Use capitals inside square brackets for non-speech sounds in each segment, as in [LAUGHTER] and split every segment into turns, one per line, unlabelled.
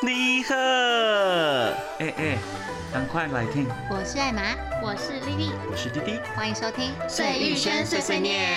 你好，哎哎，赶快来听，
我是艾玛，我是丽丽，
我是滴滴。
欢迎收听《
碎玉轩碎碎念》。 [LAUGHS]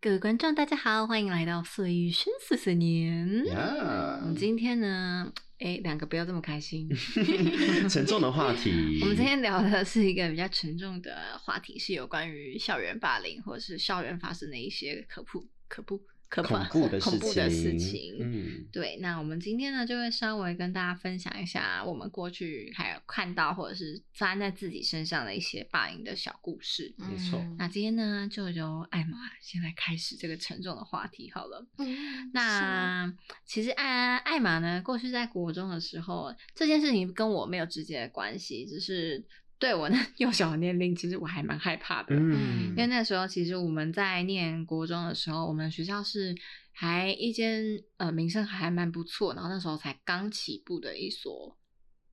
各位观众，大家好，欢迎来到《碎玉轩碎碎念》。我们
呀，
今天呢，哎，两个不要这么开心。
嗯沉重的话题。
[LAUGHS] 我们今天聊的是一个比较沉重的话题，是有关于校园霸凌或者是校园发生的一些可怖、可怖、可
恐
怕、
怖的事情，
恐怖的事情。
嗯，
对，那我们今天呢，就会稍微跟大家分享一下我们过去还有看到或者是发生在自己身上的一些霸凌的小故事。
没错
嗯
那今天呢，就由艾玛先来开始这个沉重的话题好了。那其实艾艾玛呢，过去在国中的时候，这件事情跟我没有直接的关系，只是对我那幼小的 [LAUGHS] 年龄，其实我还蛮害怕的。
嗯
因为那时候其实我们在念国中的时候，我们学校是还一间呃名声还蛮不错，然后那时候才刚起步的一所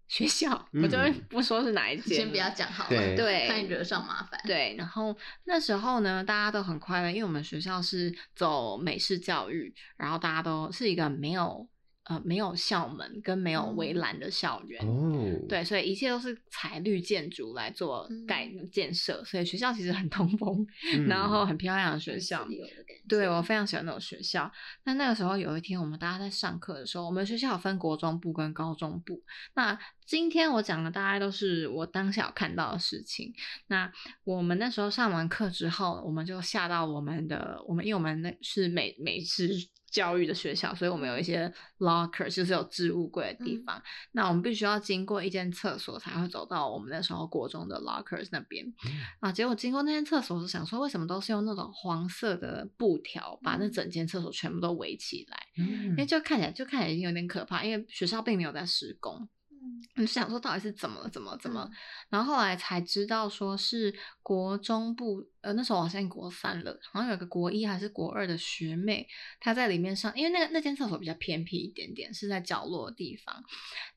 学校，
嗯
我就不说是哪一间，
先不要讲好了，
对
对
怕你惹上麻烦。
对，然后那时候呢，大家都很快乐，因为我们学校是走美式教育，然后大家都是一个没有呃没有校门跟没有围栏的校园。
哦，，
对，所以一切都是采绿建筑来做
嗯
盖建设，所以学校其实很通风，
嗯
然后很漂亮的学校
自。由的感觉。
对我非常喜欢那种学校。那那个时候有一天，我们大家在上课的时候，我们学校有分国中部跟高中部。那今天我讲的大概都是我当下有看到的事情。那我们那时候上完课之后，我们就下到我们的我们，因为我们那是美美式教育的学校，所以我们有一些 locker，就是有置物柜的地方。那我们必须要经过一间厕所才会走到我们那时候国中的 lockers 那边。啊，结果经过那间厕所，我就想说，为什么都是用那种黄色的布条把那整间厕所全部都围起来？因为就看起来就看起来已经有点可怕，因为学校并没有在施工。我就想说到底是怎么了，怎么了怎
嗯
么了？然后后来才知道说是国中部，呃，那时候我好像国三了，好像有个国一还是国二的学妹，她在里面上，因为那个那间厕所比较偏僻一点点，是在角落的地方。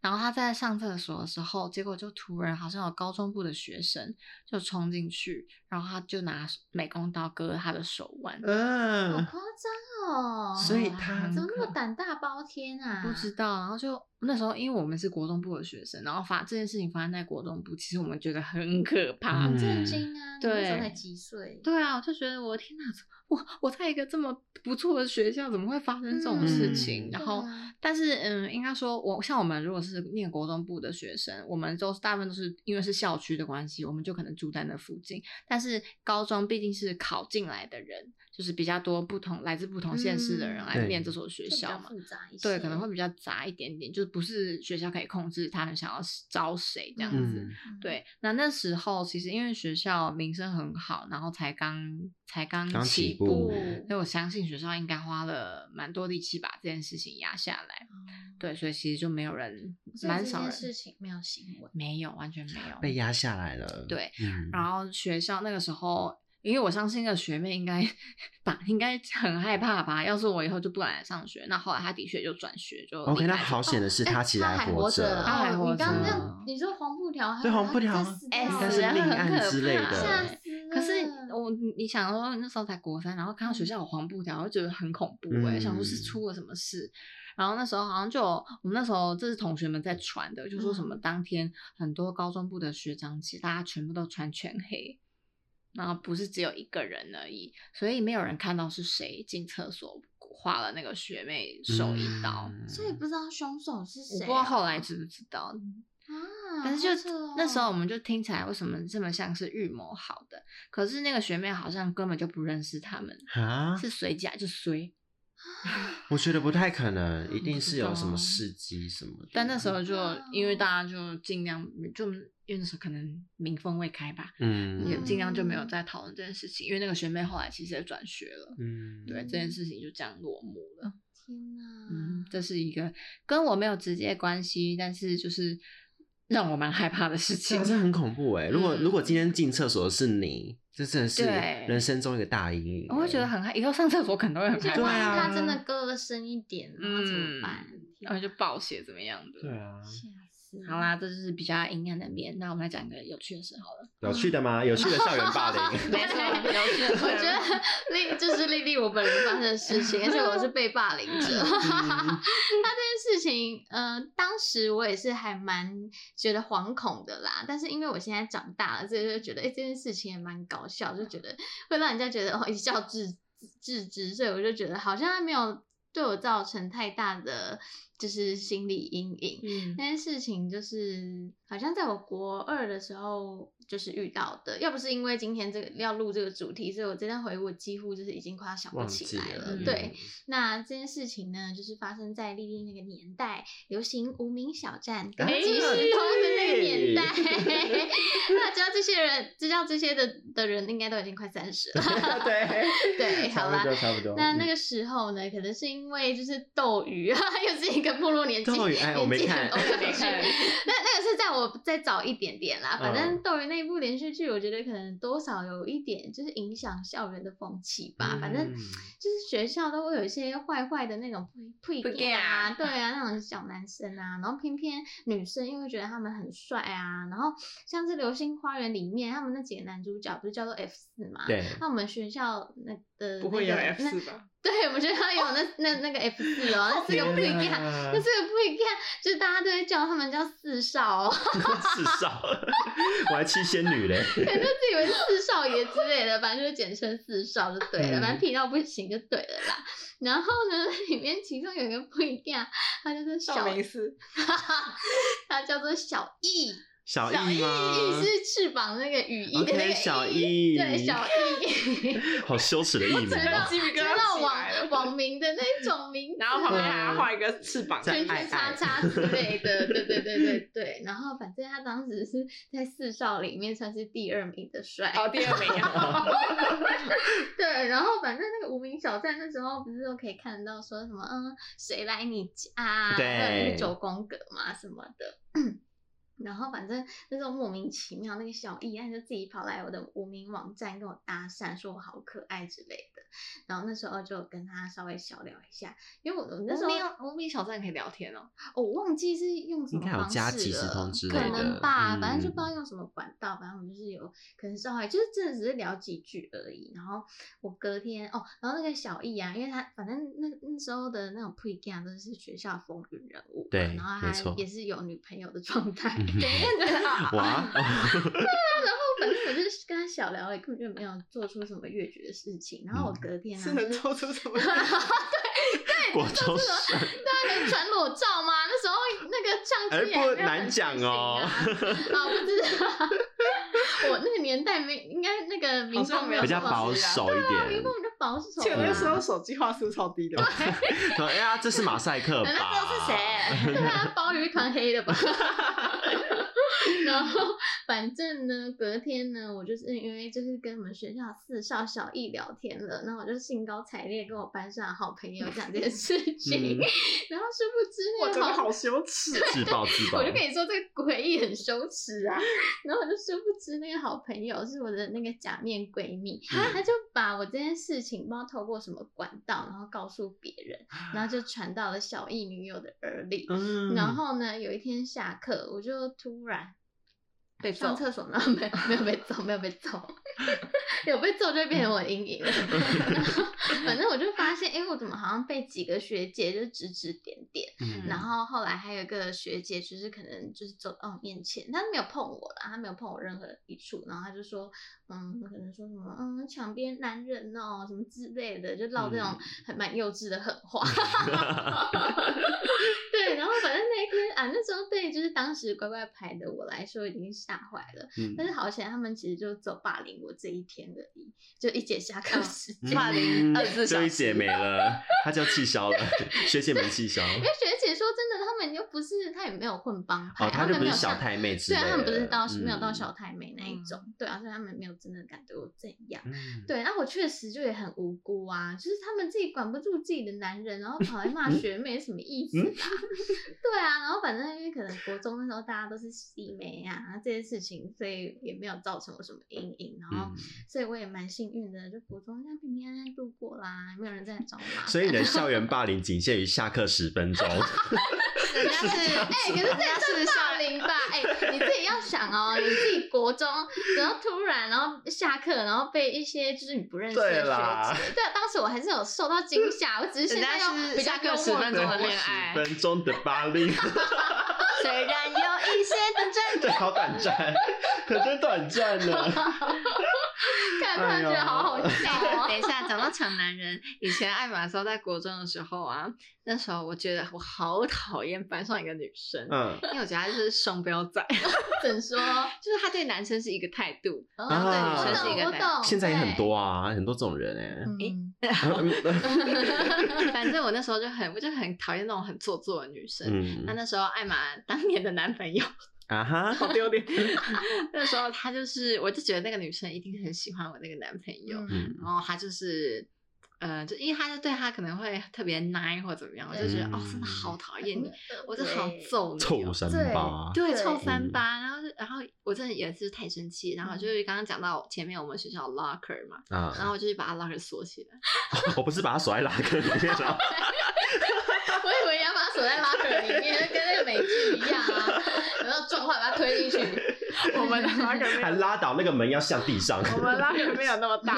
然后她在上厕所的时候，结果就突然好像有高中部的学生就冲进去，然后她就拿美工刀割了她的手腕。
好
嗯，
夸张哦！
所以嗯他
怎么那么胆大包天啊？
不知道，然后就那时候，因为我们是国中部的学生，然后发这件事情发生在国中部，其实我们觉得很可怕。
嗯
震惊啊！你
对
那时候才几岁？
对啊，我就觉得我的天哪，怎么我我在一个这么不错的学校，怎么会发生这种事情？
嗯
然后
对啊，
但是嗯，应该说我像我们如果是念国中部的学生，我们都是大部分都是因为是校区的关系，我们就可能住在那附近。但是高中毕竟是考进来的人，就是比较多不同来自不同县市的人
嗯
来念
对
这所学
就比
校
较
嘛。
复杂一些，
对，可能会比较杂一点点，就不是学校可以控制他们想要招谁这样子。
嗯，
嗯
对，那那时候其实因为学校名声很好，然后才刚才刚
刚起
起
步
步，
嗯
所以我相信学校应该花了蛮多力气把这件事情压下来。对，所以其实就没有人，
哦所以
蛮
这
少
件
人，
事情没有新闻。
没有，完全没有
被压下来了，
对，
嗯，
然后学校那个时候，因为我相信那个学妹应该 [LAUGHS] 把应该很害怕吧，要是我以后就不敢来上学。那后来她的确就转学，就
OK，
离
那
开哦哎
好险的是他其实
哎还活
着，
他还
哦
活
你刚
着
刚那样，你说黄布条，
对黄布条
他死掉
哎
了
应该是
死了
命
很
案
可
之类
怕
的
吓死了
可是
嗯
我你想说那时候才国三，然后看到学校有黄布条，我就觉得很恐怖哎、
嗯
想说是出了什么事。然后那时候好像就有我们那时候这是同学们在传的，就说什么当天很多高中部的学长姐，大家全部都穿全黑。然后不是只有一个人而已，所以没有人看到是谁进厕所划了那个学妹手一刀。
嗯
所以不知道凶手是
我
谁
不
啊，
知道后来知不知道，
啊，
但是就
好扯哦
那时候我们就听起来为什么这么像是预谋好的，可是那个学妹好像根本就不认识他们，
啊，
是随假就随。
我觉得不太可能，一定是
不知
有
道啊
什么事迹什么的。
但那时候就
哦
因为大家就尽量就因为那时候可能民风未开吧，
嗯，
也
嗯
尽量就没有再讨论这件事情，因为那个学妹后来其实也转学了。
嗯，
对，这件事情就这样落幕了。
天哪，
嗯，这是一个跟我没有直接关系，但是就是让我蛮害怕的事
这
情
样。真的很恐怖哎！如果
嗯
如果今天进厕所的是你，这真的是
对
人生中一个大阴影。欸
我会觉得很害，以后上厕所可能都会很害
就
怕。
对
万一
啊
他真的割了深一点，然后怎么办？
然后就暴血怎么样的。
对啊，
嗯吓死！思。
嗯好啦，这就是比较阴暗的面。那我们来讲一个有趣的事好了。
有趣的吗？有趣的校园霸
[LAUGHS]
凌，
没错，有趣的事。
我觉得丽这是丽丽我本人发生的
[LAUGHS]
事情，而且我是被霸凌者。
嗯
[LAUGHS] 那这件事情，呃，当时我也是还蛮觉得惶恐的啦。但是因为我现在长大了，所以就觉得，哎、这件事情也蛮搞笑，就觉得会让人家觉得哦一笑置置之，所以我就觉得好像还没有对我造成太大的就是心理阴影。
嗯，
那件事情就是好像在我国二的时候就是遇到的，要不是因为今天这个要录这个主题，所以我这段回忆我几乎就是已经快要想不
[LAUGHS] 忘
起
记
来了。
了，嗯
对，，那这件事情呢，就是发生在丽丽那个年代，流行无名小站、
哎
跟即时通的那个年代。 [LAUGHS] 那知道这些人，知道这些的的人，应该都已经快三十
嗯
[LAUGHS] 了。
[LAUGHS]
[LAUGHS] 对 [LAUGHS]
对好
差
啦
不多差不多。
那那
嗯
个时候呢，可能是因为就是斗鱼 [LAUGHS] 啊，又是一个部落年纪，
斗鱼哎我没
年纪
看
很高的
没
[LAUGHS]
剧
看
[LAUGHS] 那那个是在我再早一点点啦，反正
嗯
斗鱼那一部连续剧，我觉得可能多少有一点就是影响校园的风气吧。反正
嗯
就是学校都会有一些坏坏的那种屁
屁
屁
孩
啊，对啊，那种小男生啊，然后偏偏女生又会觉得他们很帅啊，然后像是《流星花园》里面他们那几个男主角不是叫做 F 四嘛？ [LAUGHS]
对，
那我们学校那的
[LAUGHS] 不
[LAUGHS]
会
那
有
个
F
那
四吧？
对，我们学校有那那那个 F 四哦，那是个不一
啊
天
样，
哪
[LAUGHS] 那是个不一样，就是大家都会叫他们叫四少、 [LAUGHS] 哦，
[LAUGHS] 至少我还七仙女嘞，
可能就自以为是四少爷之类的，反正就是简称四少就对了，
嗯
反正屁到不行就对了啦。然后呢， [LAUGHS] 里面其中有一个不一样，他就是小
道，明寺，
[LAUGHS] 他叫做小翼，
小
小
易吗？
翼是翅膀那个羽翼的那
OK，
个
小
翼
易，
对小翼。
[LAUGHS]
[LAUGHS]
好羞耻的艺名
知道
哦。
吉米
知
哥要
道
[LAUGHS]
起来
网
了，
网民的那种名字，
然后旁边还要画一个翅膀，
在
圈
爱
圈叉
爱
叉
[LAUGHS]
之类的，对对对对对。然后反正他当时是在四少里面算是第二名的帅，
哦，第二名啊，
[LAUGHS] 对。然后反正那个无名小站那时候不是都可以看到说什么嗯谁来你家啊，
对
或者是九宫格嘛什么的。 [CLEARS THROAT] 然后反正那时候莫名其妙，那个小易安就自己跑来我的无名网站跟我搭讪，说我好可爱之类的。然后那时候就跟他稍微小聊一下，因为我我那时候
无名小站可以聊天哦。
哦我忘记是用什么
应该有
方式
加
了，
即时通之
可
类
能
的
吧，反正就
嗯
不知道用什么管道，反正我们就是有可能稍微就是真的只是聊几句而已。然后我隔天哦，然后那个小易啊，因为他反正那那时候的那种 pre game 都是学校风云人物嘛，
对
然后
没
他
错嗯
也是有女朋友的状态，
嗯
哇，
哦
然后 [LAUGHS] 反正我就是跟他小聊，也根本就没有做出什么越矩的事情。然后我
嗯
隔天啊，
[LAUGHS] 是能
就是
做出
[LAUGHS]
什么？
国中生，
大家可以啊传裸照吗？那时候那个相
哎
机也还
不
没有
难
很
讲
流行
哦
[LAUGHS]
啊啊，我不知道， [LAUGHS] 我那个年代没应该那个民
好像
风没有
比较
这么
保守一
民
点
风。比较保守啊。
且那时候手机画素超低的，
啊
说哎呀，这是马赛
[LAUGHS]
克吧？
人家知道是谁，对啊，包有一团黑的吧。然后反正呢，隔天呢，我就是因为就是跟我们学校四少小易聊天了，然后我就兴高采烈跟我班上的好朋友讲这件事情，
嗯
然后殊不知
我
那
真
个
的
好
好羞耻。
自爆自爆
[LAUGHS] 我。就跟你说这个诡异很羞耻啊，然后我就殊不知那个好朋友是我的那个假面闺蜜，她就把我这件事情不知道透过什么管道，然后告诉别人，然后就传到了小易女友的耳里。
嗯
然后呢，有一天下课，我就突然
[LAUGHS] 被 [LAUGHS]
上
揍，
厕所，然 [LAUGHS] 后没有没有被揍，没有被揍， [LAUGHS] 有被揍就会变成我的阴影了。 [LAUGHS] 然后反正我就发现，哎、我怎么好像被几个学姐就指指点点。
嗯
然后后来还有一个学姐，就是可能就是走到我面前，她没有碰我啦，她没有碰我任何一处，然后她就说，嗯，可能说什么，嗯，墙边男人哦，什么之类的，就唠这种
嗯
很蛮幼稚的狠
[LAUGHS]
话。对，然后反正那一天啊，那时候对就是当时乖乖牌的我来说已经吓坏了，
嗯
但是好险他们其实就走霸凌我这一天而已，就一节下课时
嗯
间。 [LAUGHS]
霸凌24小
嗯
这一
时
姐没了，她就气消了，学姐没气消。
因为学姐说真的，他们又不是，她也没有混帮派，
哦，她就
们
不
没
是
有
小
像
太妹之
虽
类的，
然他们不是到、没有到
嗯
小太妹那一种，对啊，所以他们没有真的敢对我怎样。
嗯
对，啊那我确实就也很无辜啊，就是他们自己管不住自己的男人，然后跑来骂学妹，什么意
嗯
思啊？ [LAUGHS] 对啊，然后反正因为可能国中那时候大家都是系妹啊这些事情，所以也没有造成我什么阴影，然后
嗯
所以我也蛮幸运的，就国中这样平平安安度过啦，没有人再来找我
[LAUGHS]
麻烦。
所以你的校
[LAUGHS]
园霸凌仅限于下课十分钟。
人家是
[LAUGHS]
哎、可是这也
人家
算
是
霸
下
凌吧？哎、你自己要想哦，你自己国中，然后突然，然后下课，然后被一些就是你不认识的学
对
姐，对
啦
啊，当时我还是有受到惊吓，我只是现在用比较
下课
幽
十
默
分
的
钟
方
的
式
恋爱
十，
[LAUGHS]
分钟的巴黎，
虽然有一些的真
[LAUGHS] 对，好短暂，可真短暂 [LAUGHS] 呢。
看，突
哎
然觉得好好
[LAUGHS]
笑哦。
等一下，讲到抢男人，以前艾玛的时候，在国中的时候啊，那时候我觉得我好讨厌班上一个女生， [LAUGHS]
嗯，
因为我觉得她就是双标仔， [LAUGHS]
怎说？嗯
就是她对男生是一个态度，
哦
然后对
我
女生
懂
是
一个
我
代
懂，
啊现在也很
对。
多啊，很多这种人
嗯，
哎。
嗯 [LAUGHS] 反正我那时候就很，我就很讨厌那种很做作的女生。
[LAUGHS]
那 [LAUGHS]
嗯
那时候艾玛当年的男朋友
啊哈，
好丢脸，那时候他就是，我就觉得那个女生一定很喜欢我那个男朋友，
嗯
嗯
然后他就是，呃，就因为他就对他可能会特别 nice 或怎么样，我就觉得、
嗯
哦，真的好讨
[LAUGHS]
厌你，我真的好
嗯对
揍你、
臭嗯
哦。
三八，
对，
对
臭三八，然后就然后我真的也是太生气，然后就是刚刚讲到前面我们学校有 locker 嘛，然
嗯啊，
后我就去把他 locker 锁起来， [LAUGHS]
我不是把它锁在拉克里面啊了，
我以为你要把它锁在拉克里面，就跟那个美剧一样啊， [LAUGHS] 然后撞坏把它推进去。
[LAUGHS] 我们的 locker
还
[LAUGHS] 没有，
拉倒那个门要向地上。[LAUGHS]
我们 locker 没有那么 [LAUGHS] 大，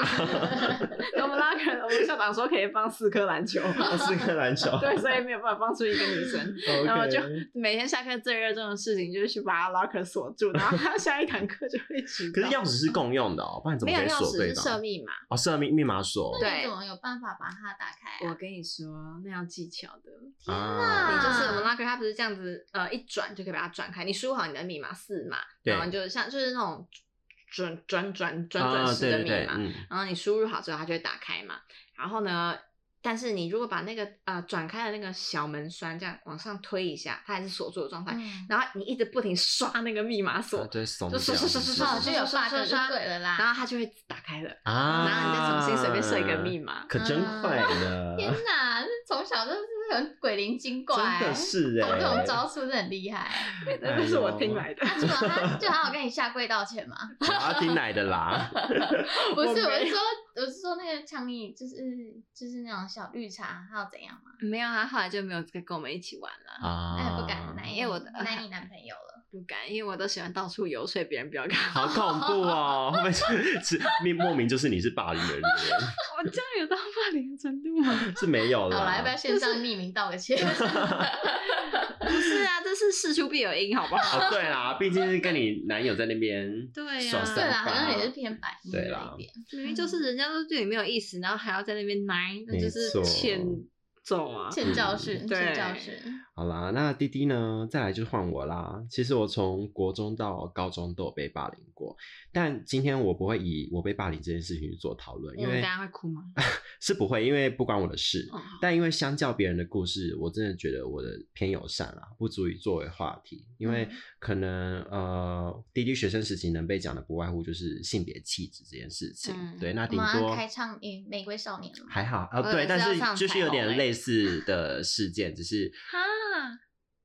我们 locker 我们校长说可以放四颗篮球，
那是一个篮球，
对，所以没有办法放出一个女生。
OK，
然后就每天下课最热衷的事情就是去把他 locker 锁住，然后他下一堂课就会知
可是
道
钥匙是共用的哦，不然怎
没
么
有
可以
钥
锁对
匙是设
方？
密码。
哦，设密密码锁。
对
那你怎么有办法把它打开啊？
我跟你说，那要技巧的。
啊
你就是我们
啊
locker，它不是这样子，呃，一转就可以把它转开。你输入好你的密码四码，
对
然后你就像就是那种转转转转转
啊，
式
对
的
对
密
对，
码，
嗯，
然 [LAUGHS] 后你输入好之后，它就会打开嘛。然后呢，但是你如果把那个呃转开的那个小门栓这样往上推一下，它还是锁住的状态。
嗯
然后你一直不停刷那个密码锁，
啊对，怂
就
掉
刷刷刷刷
哦
刷，
就
刷
有
刷
bug
刷
就
刷
对了啦
然后它就会打开了，
啊，
然后你再重新随便设一个密
码，
码。啊
可真快呢，
[LAUGHS]
天哪，这从小就是很鬼灵精怪、
真的是
懂
哎，
这种招数是很
[LAUGHS]
厉害。啊
哎呦
那是我听来的，
那除了他，就还有跟你下跪道歉
[LAUGHS]
吗？
我要听奶的啦，
不
我
是，我
没
是
有
说，我是说那个强尼，就是就是那种小绿茶，还有怎样吗？
没有啊，后来就没有再跟我们一起玩了，
啊，
[LAUGHS] 哎，不敢奶，
因为我的
奶 [LAUGHS] 你男朋友了。
不敢，因为我都喜欢到处游说别人不要看我，
啊好恐怖哦！会不会是是莫莫名就是你是霸凌人的人？
我这样有到霸凌的程度吗？
是没有
好了，
啦
要不要。线上匿名道个歉？ [LAUGHS]
不是啊，这是事出必有因，好不好？
哦，对啦，毕竟是跟你男友在那边，
对呀
爽
对
三
啦，好像也是
八，
偏白目
对
了
啦
一点。
明明就是人家都对你没有意思，然后还要在那边奶，那就是
没错
欠揍啊！
欠教训，
嗯
欠
对
教训。
好啦，那滴滴呢？再来就换我啦。其实我从国中到高中都有被霸凌过，但今天我不会以我被霸凌这件事情去做讨论，
你
因
们
为
大家会哭吗？
[LAUGHS] 是不会，因为不关我的事。
哦
但因为相较别人的故事，我真的觉得我的偏友善啦，不足以作为话题。因为可能呃，滴滴学生时期能被讲的不外乎就是性别气质这件事情。
嗯
对，那
我
顶
们要
多
开唱《玫瑰少年》了吗？
还好啊、
我以为
对，
是
但
要上
是就是
彩
有
虹
点
欸
类似的事件，只是
[LAUGHS] 哈，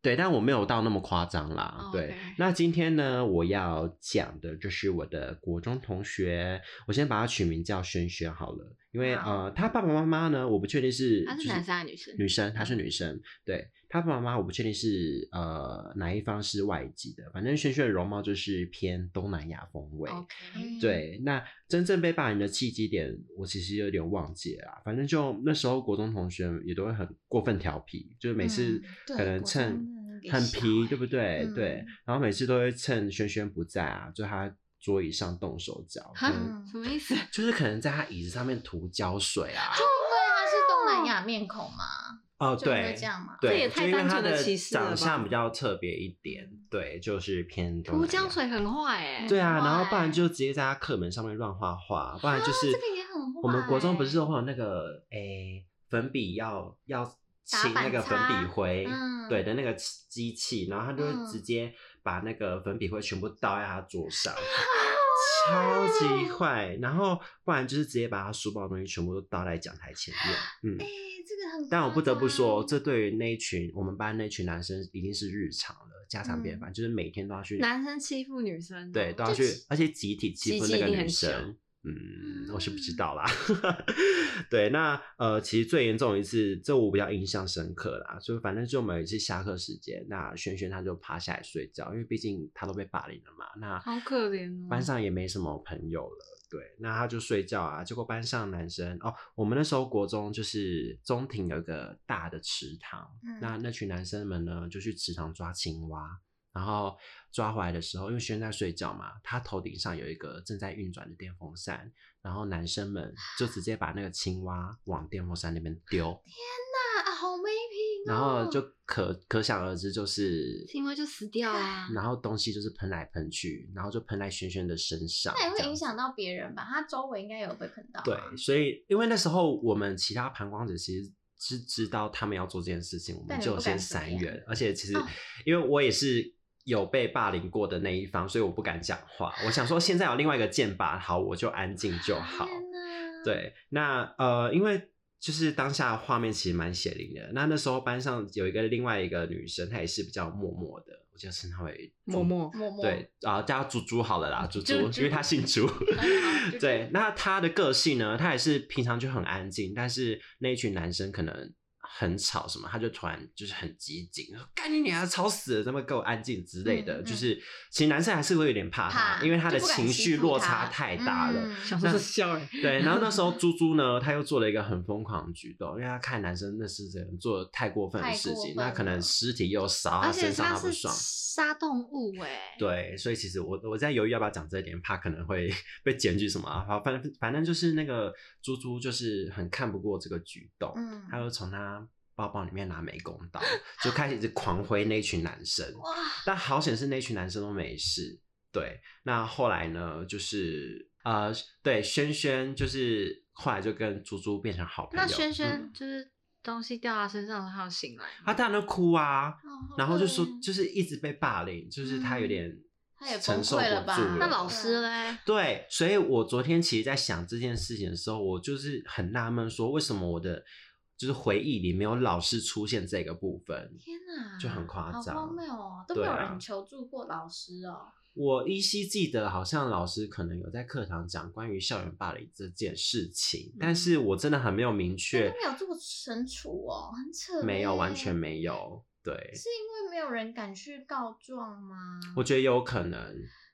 对，但我没有到那么夸张啦。
哦
对
OK
那今天呢，我要讲的就是我的国中同学，我先把他取名叫轩轩好了，因为
好
呃，他爸爸妈妈呢，我不确定是
他是
就
男生还是女生嗯
女生，她是女生。对，他爸爸妈妈我不确定是呃哪一方是外籍的，反正轩轩的容貌就是偏东南亚风味。
OK，
嗯，
对，那真正被霸凌的契机点，我其实有点忘记了啦。反正就那时候国中同学也都会很过分调皮，就是每次
嗯对
可能
国
趁
中真的很给
很
小
皮，
欸
对不对？
嗯
对，然后每次都会趁轩轩不在啊，就他桌椅上动手脚，可
哈
能
嗯，
什么意思？
就是可能在他椅子上面涂胶水啊。
因为他是东南亚面孔嘛，
哦，
哦就会
对
这。样嘛。
这
对，
也太
就因为
单
他
纯的
的
歧视了
长
吧
相比较特别一点，对，就是偏东
涂
南
胶
亚
水很啊坏哎、
对啊，然后不然
坏
就直接在他课本上面乱画画，不然就是、
这个也很
我们国中不
坏
是都会有那个诶、粉笔要要清那
板
个粉笔
擦
灰，
嗯
对的那个机器，然后他就
嗯
会直接把那个粉笔灰全部倒在他桌
[LAUGHS]
上。超级坏，然后不然就是直接把他书包的东西全部都倒在讲台前面，
哎
嗯。，
这个很夸张。
但我不得不说，这对于那一群我们班那群男生已经是日常了，家常便饭，就是每天都要去
[LAUGHS] 男生欺负女生，哦
对，都要啊
就
去
集，
而且集体欺
集
负
体
那
一
个
定
女
很
生
凶，
嗯，我是不知道啦。 [LAUGHS] 对，那呃，其实最严重一次，这我比较印象深刻啦。所以反正就每一次下课时间，那轩轩他就趴下来睡觉，因为毕竟他都被霸凌了嘛。那
好可怜哦
班上也没什么朋友了。对，那他就睡觉啊。结果班上男生哦，我们那时候国中就是中庭有一个大的池塘，
嗯
那那群男生们呢就去池塘抓青蛙，然后抓回来的时候，因为轩在睡觉嘛，他头顶上有一个正在运转的电风扇，然后男生们就直接把那个青蛙往电风扇那边丢，
那好没品
然
哦。
后就可可想而知就是。
青蛙就死掉啊。
然后东西就是喷来喷去，然后就喷在轩轩的身上，
那也
这
会
样
影
子
响到别人吧？他周围应该有被碰到。
对，所以因为那时候我们其他旁观者其实是知道他们要做这件事情，我
但
们
你
就
不
先
敢怎么
闪
样
远。而且其实
哦
因为我也是有被霸凌过的那一方，所以我不敢讲话。我想说现在有另外一个剑拔，好，我就安静就好。
啊天哪，
对，那呃，因为就是当下画面其实蛮血淋的。那那时候班上有一个另外一个女生，她也是比较默默的，我就称她为
默 [LAUGHS] 默
默默
对，啊，叫她猪猪好了啦，猪猪
猪，
因为她姓猪。
[LAUGHS] 嗯好
对，那他的个性呢？他也是平常就很安静，但是那一群男生可能很吵什么，他就突然就是很激进，说干你娘，吵死了，他妈给我安静之类的。
嗯嗯
就是其实男生还是会有点怕他，
怕
因为他的
就不敢
情
欺
绪
负
落
他
差太大了。
嗯
想说是笑哎，
对，然后那时候猪猪呢，他又做了一个很疯狂的举动，因为他看男生那是人做的太过分的
太
事
过
情，
分
那可能
了
尸体又烧到
而
他
且
身上，
他
他不
是
爽。
杀动物
欸
哎，
对，所以其实我我在犹豫要不要讲这一点，怕可能会 [LAUGHS] 被检举什么啊。反反反正就是那个猪猪就是很看不过这个举动，
嗯，
他就从他包包里面拿美工
[LAUGHS]
刀，就开始一直狂挥那群男生。
哇，
但好险是那群男生都没事。对，那后来呢，就是呃，对，轩轩就是后来就跟猪猪变成好朋友。
那轩
嗯
轩就是东西掉他身上，他有醒来吗
他当然就哭啊，
哦好
然后就
可
说
怜
就是一直被霸凌，就是他有
嗯
点
他也崩
承受不
溃
住
了吧？
那老师嘞？
对，所以我昨天其实，在想这件事情的时候，我就是很纳闷，说为什么我的就是回忆里没有老师出现这个部分。
天哪，
就很夸张
好荒谬哦，都没
对
有
啊
人求助过老师哦。
我依稀记得，好像老师可能有在课堂讲关于校园霸凌这件事情，
嗯
但是我真的很没有明
对，
确
都，没有做惩处哦，很扯。
没有，完全。没有。对，
是因为没有人敢去告状吗？
我觉得有可能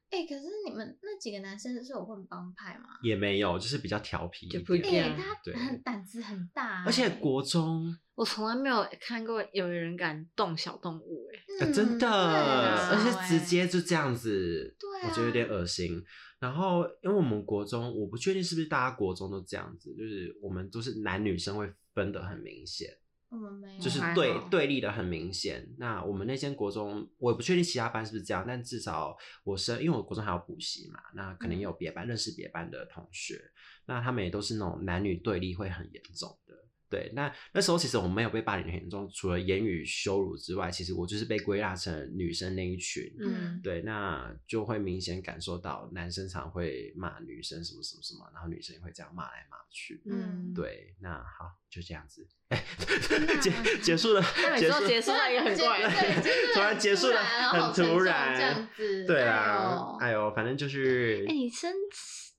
哎、可是你们那几个男生是有混帮派吗？
也没有，就是比较调皮一
就不一
点。
样
哎、
对
他很胆子很大、
而且
哎
国中
我从来没有看过有人敢动小动物哎，
啊、真的，
啊
而
嗯
且直接就这样子，
对啊
我觉得有点恶心。然后，因为我们国中，我不确定是不是大家国中都这样子，就是我们都是男女生会分得很明显，
我们没有，啊
就是
嗯还
对
好
对立的很明显。那我们那间国中，我也不确定其他班是不是这样，但至少我是因为我国中还有补习嘛，那可能也有
嗯
别班、认识别班的同学，那他们也都是那种男女对立会很严重的。对，那那时候其实我没有被霸凌得很严重，除了言语羞辱之外，其实我就是被归纳成女生那一群。
嗯，
对，那就会明显感受到男生常会骂女生什么什么什么，然后女生也会这样骂来骂去。
嗯
对，那好，就这样子，
哪
[LAUGHS] 结结束了，
那每
结
次
束
都结束在一个很怪的，
对，就
[LAUGHS]
是
突然结束了
很
很
好沉
突
重
然
这样子，
对
哎
啊
呦，
哎呦，反正就是
哎，，你真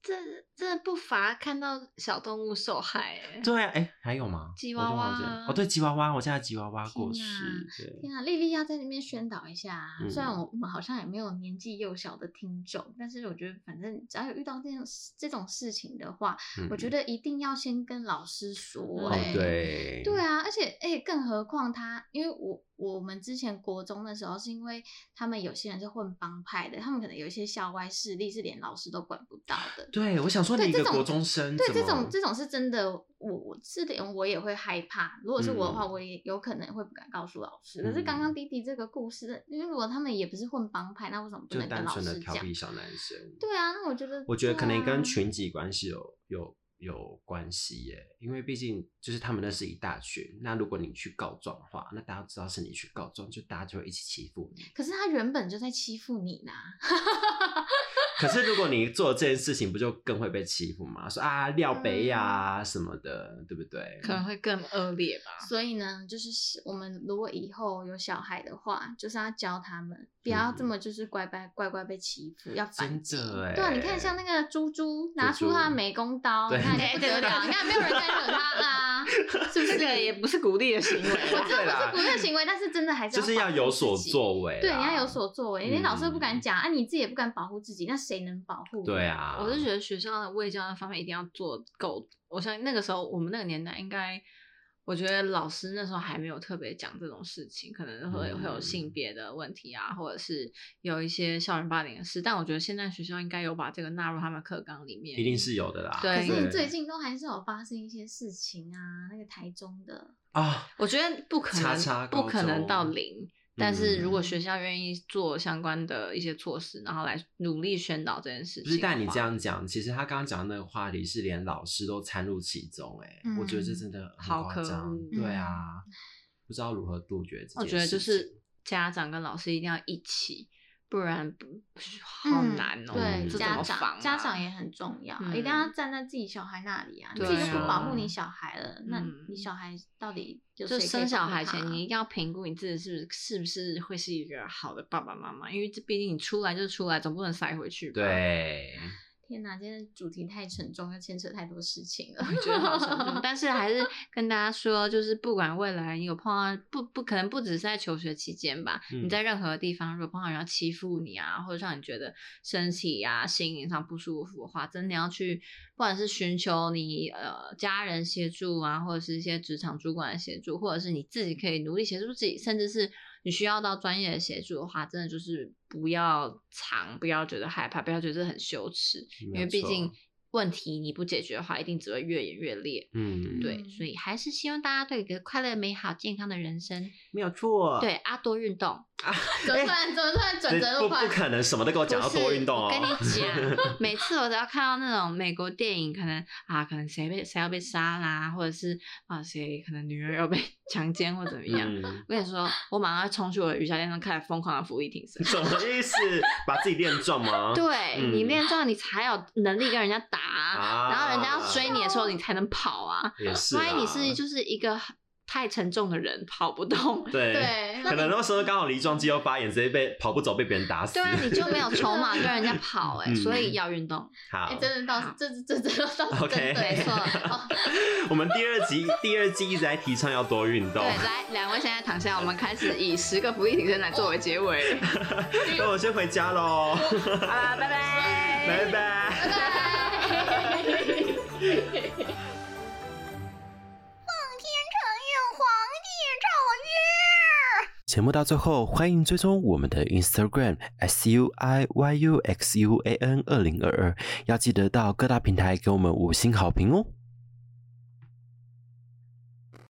这真的不乏看到小动物受害哎，
对啊，哎，还有吗？
吉
我就
娃
忘记
娃
了
啊
哦，对，吉娃娃，我家的吉娃娃
天
过
哪
世，对，
天啊，丽丽要在那边宣导一下啊、虽然
嗯
我我们好像也没有年纪幼小的听众，但是我觉得反正只要有遇到这种事这种事情的话，我觉
得
得一定要先跟老师说、
嗯哦
哎，，
对，
对啊，而且哎、更何况他，因为我我们之前国中的时候，是因为他们有些人是混帮派的，他们可能有一些校外势力是连老师都管不到的。
对，我想说你一
对
个
这种
国中生，
对，
怎
这种
么
这种是真的，我我是连我也会害怕。如果是我的话，
嗯
我也有可能会不敢告诉老师。可是
嗯
刚刚弟弟这个故事，因为如果他们也不是混帮派，那为什么不
就
能跟
单
老
纯的
师
调
讲？
皮小男生，
对啊，那我觉得，
我觉得可能
对啊
跟群体关系有有有关系耶，因为毕竟就是他们那是一大群，那如果你去告状的话，那大家都知道是你去告状，就大家就会一起欺负你。
可是他原本就在欺负你呢。 [LAUGHS]
可是如果你做这件事情，不就更会被欺负吗？说啊廖北呀、什么的，对不对？
嗯可能会更恶劣
啊
吧。
所以呢，就是希我们如果以后有小孩的话，就是要教他们不要这
嗯
么就是乖乖乖乖被欺负，要反
真
击。
的哎，
对啊，你看像那个猪猪拿出他的美工刀，
对
你看不
[LAUGHS]
得了，你看没有人敢惹他啦，是不
这
是？
个也不是鼓励的行为
我
啦。
知道
对
不是
啦
不对行为，但是真的还是
就是要
保护
有
自
所
己。
作为啦，
对，你要有所作为，连老师都不敢
嗯
讲啊，你自己也不敢保护自己，那谁能保护？
对，啊，
我是觉得学校的卫教那方面一定要做够。我相信那个时候我们那个年代应该，我觉得老师那时候还没有特别讲这种事情，可能会会有
嗯
性别的问题啊，或者是有一些校园霸凌的事。但我觉得现在学校应该有把这个纳入他们课纲里面。
一定是有的啦。
对
可是你
对
最近都还是有发生一些事情啊，那个台中的，
啊，
我觉得不可能，
叉叉高
不可能到
中
零。但是如果
嗯
学校愿意做相关的一些措施，然后来努力宣导这件事情
不
的话，
是，但你这样讲，其实他刚刚讲的那个话题是连老师都参入其中、欸，哎、我觉得这
嗯
真的很
好
夸
可
张
恶嗯
对啊，不知道如何杜绝这
我觉
件
得
事情。
就是家长跟老师一定要一起，不然不好
嗯
难哦、
对，
这怎
家
么
长、
防、啊？
家长也很重要，
嗯
一定要站在自己小孩那里啊，你
对
自己都不保护
啊
你小孩了，那
嗯
你小孩到底有谁
就
可以
生小
保护
孩
他啊
前，你一定要评估你自己是不是是不是会是一个好的爸爸妈妈，因为这毕竟你出来就是出来，总不能塞回去吧？，
对，
天哪，今天的主题太沉重，又牵扯太多事情了，
我觉得好沉重。但是还是跟大家说，就是不管未来你有碰到不不可能不只是在求学期间吧，你
嗯
在任何地方如果碰到人要欺负你啊，或者让你觉得身体啊、心灵上不舒服的话，真的要去，不管是寻求你呃家人协助啊，或者是一些职场主管的协助，或者是你自己可以努力协助自己，甚至是你需要到专业的协助的话，真的就是不要藏，不要觉得害怕，不要觉得很羞耻，因
没
为
有
毕
错
竟问题你不解决的话，一定只会越演越烈。
嗯，
对，
嗯
所以还是希望大家都有一个快乐、美好、健康的人生。
没有错。
对，啊，多
[LAUGHS]
运动。
怎么突然怎么突然转折那
哎不
么
不
快？
可能什么都给我讲要
不是
多运动哦。
我跟你讲，
[LAUGHS]
每次我只要看到那种美国电影，可能啊，可能谁被谁要被杀啦，或者是啊谁可能女儿要被 [LAUGHS] 强奸或怎么样。
嗯，
我跟你说，我马上要冲去我的瑜伽垫上开始疯狂的俯卧挺
[LAUGHS]
身。
什么意思？把自己练壮吗？
对、啊你
嗯
练壮，你才有能力跟人家打啊，
啊
然后人家要追你的时候，你才能跑啊。
也是啊。
万一你是就是一个太沉重的人，跑不动，
对，
[LAUGHS] 对，那
可能那时候刚好梨状肌肉发炎，直接被跑步走被别人打死。
对啊，你就没有筹码跟人家
[LAUGHS]
跑哎、
嗯
所以要运动。
[LAUGHS] 好，
哎、真的倒是，这这这这倒是
OK
真的，
没错
哦
[LAUGHS] 我们第二集第二季一直在提倡要多运动
对，。来，两位现在躺下，我们开始以十个不力挺身来作为结尾。
[LAUGHS] 那我先回家喽，
好啦，拜拜，
拜拜。
节目到最后，欢迎追踪我们的 Instagram s u i y u x u a n 二零二二，要记得到各大平台给我们五星好评哦。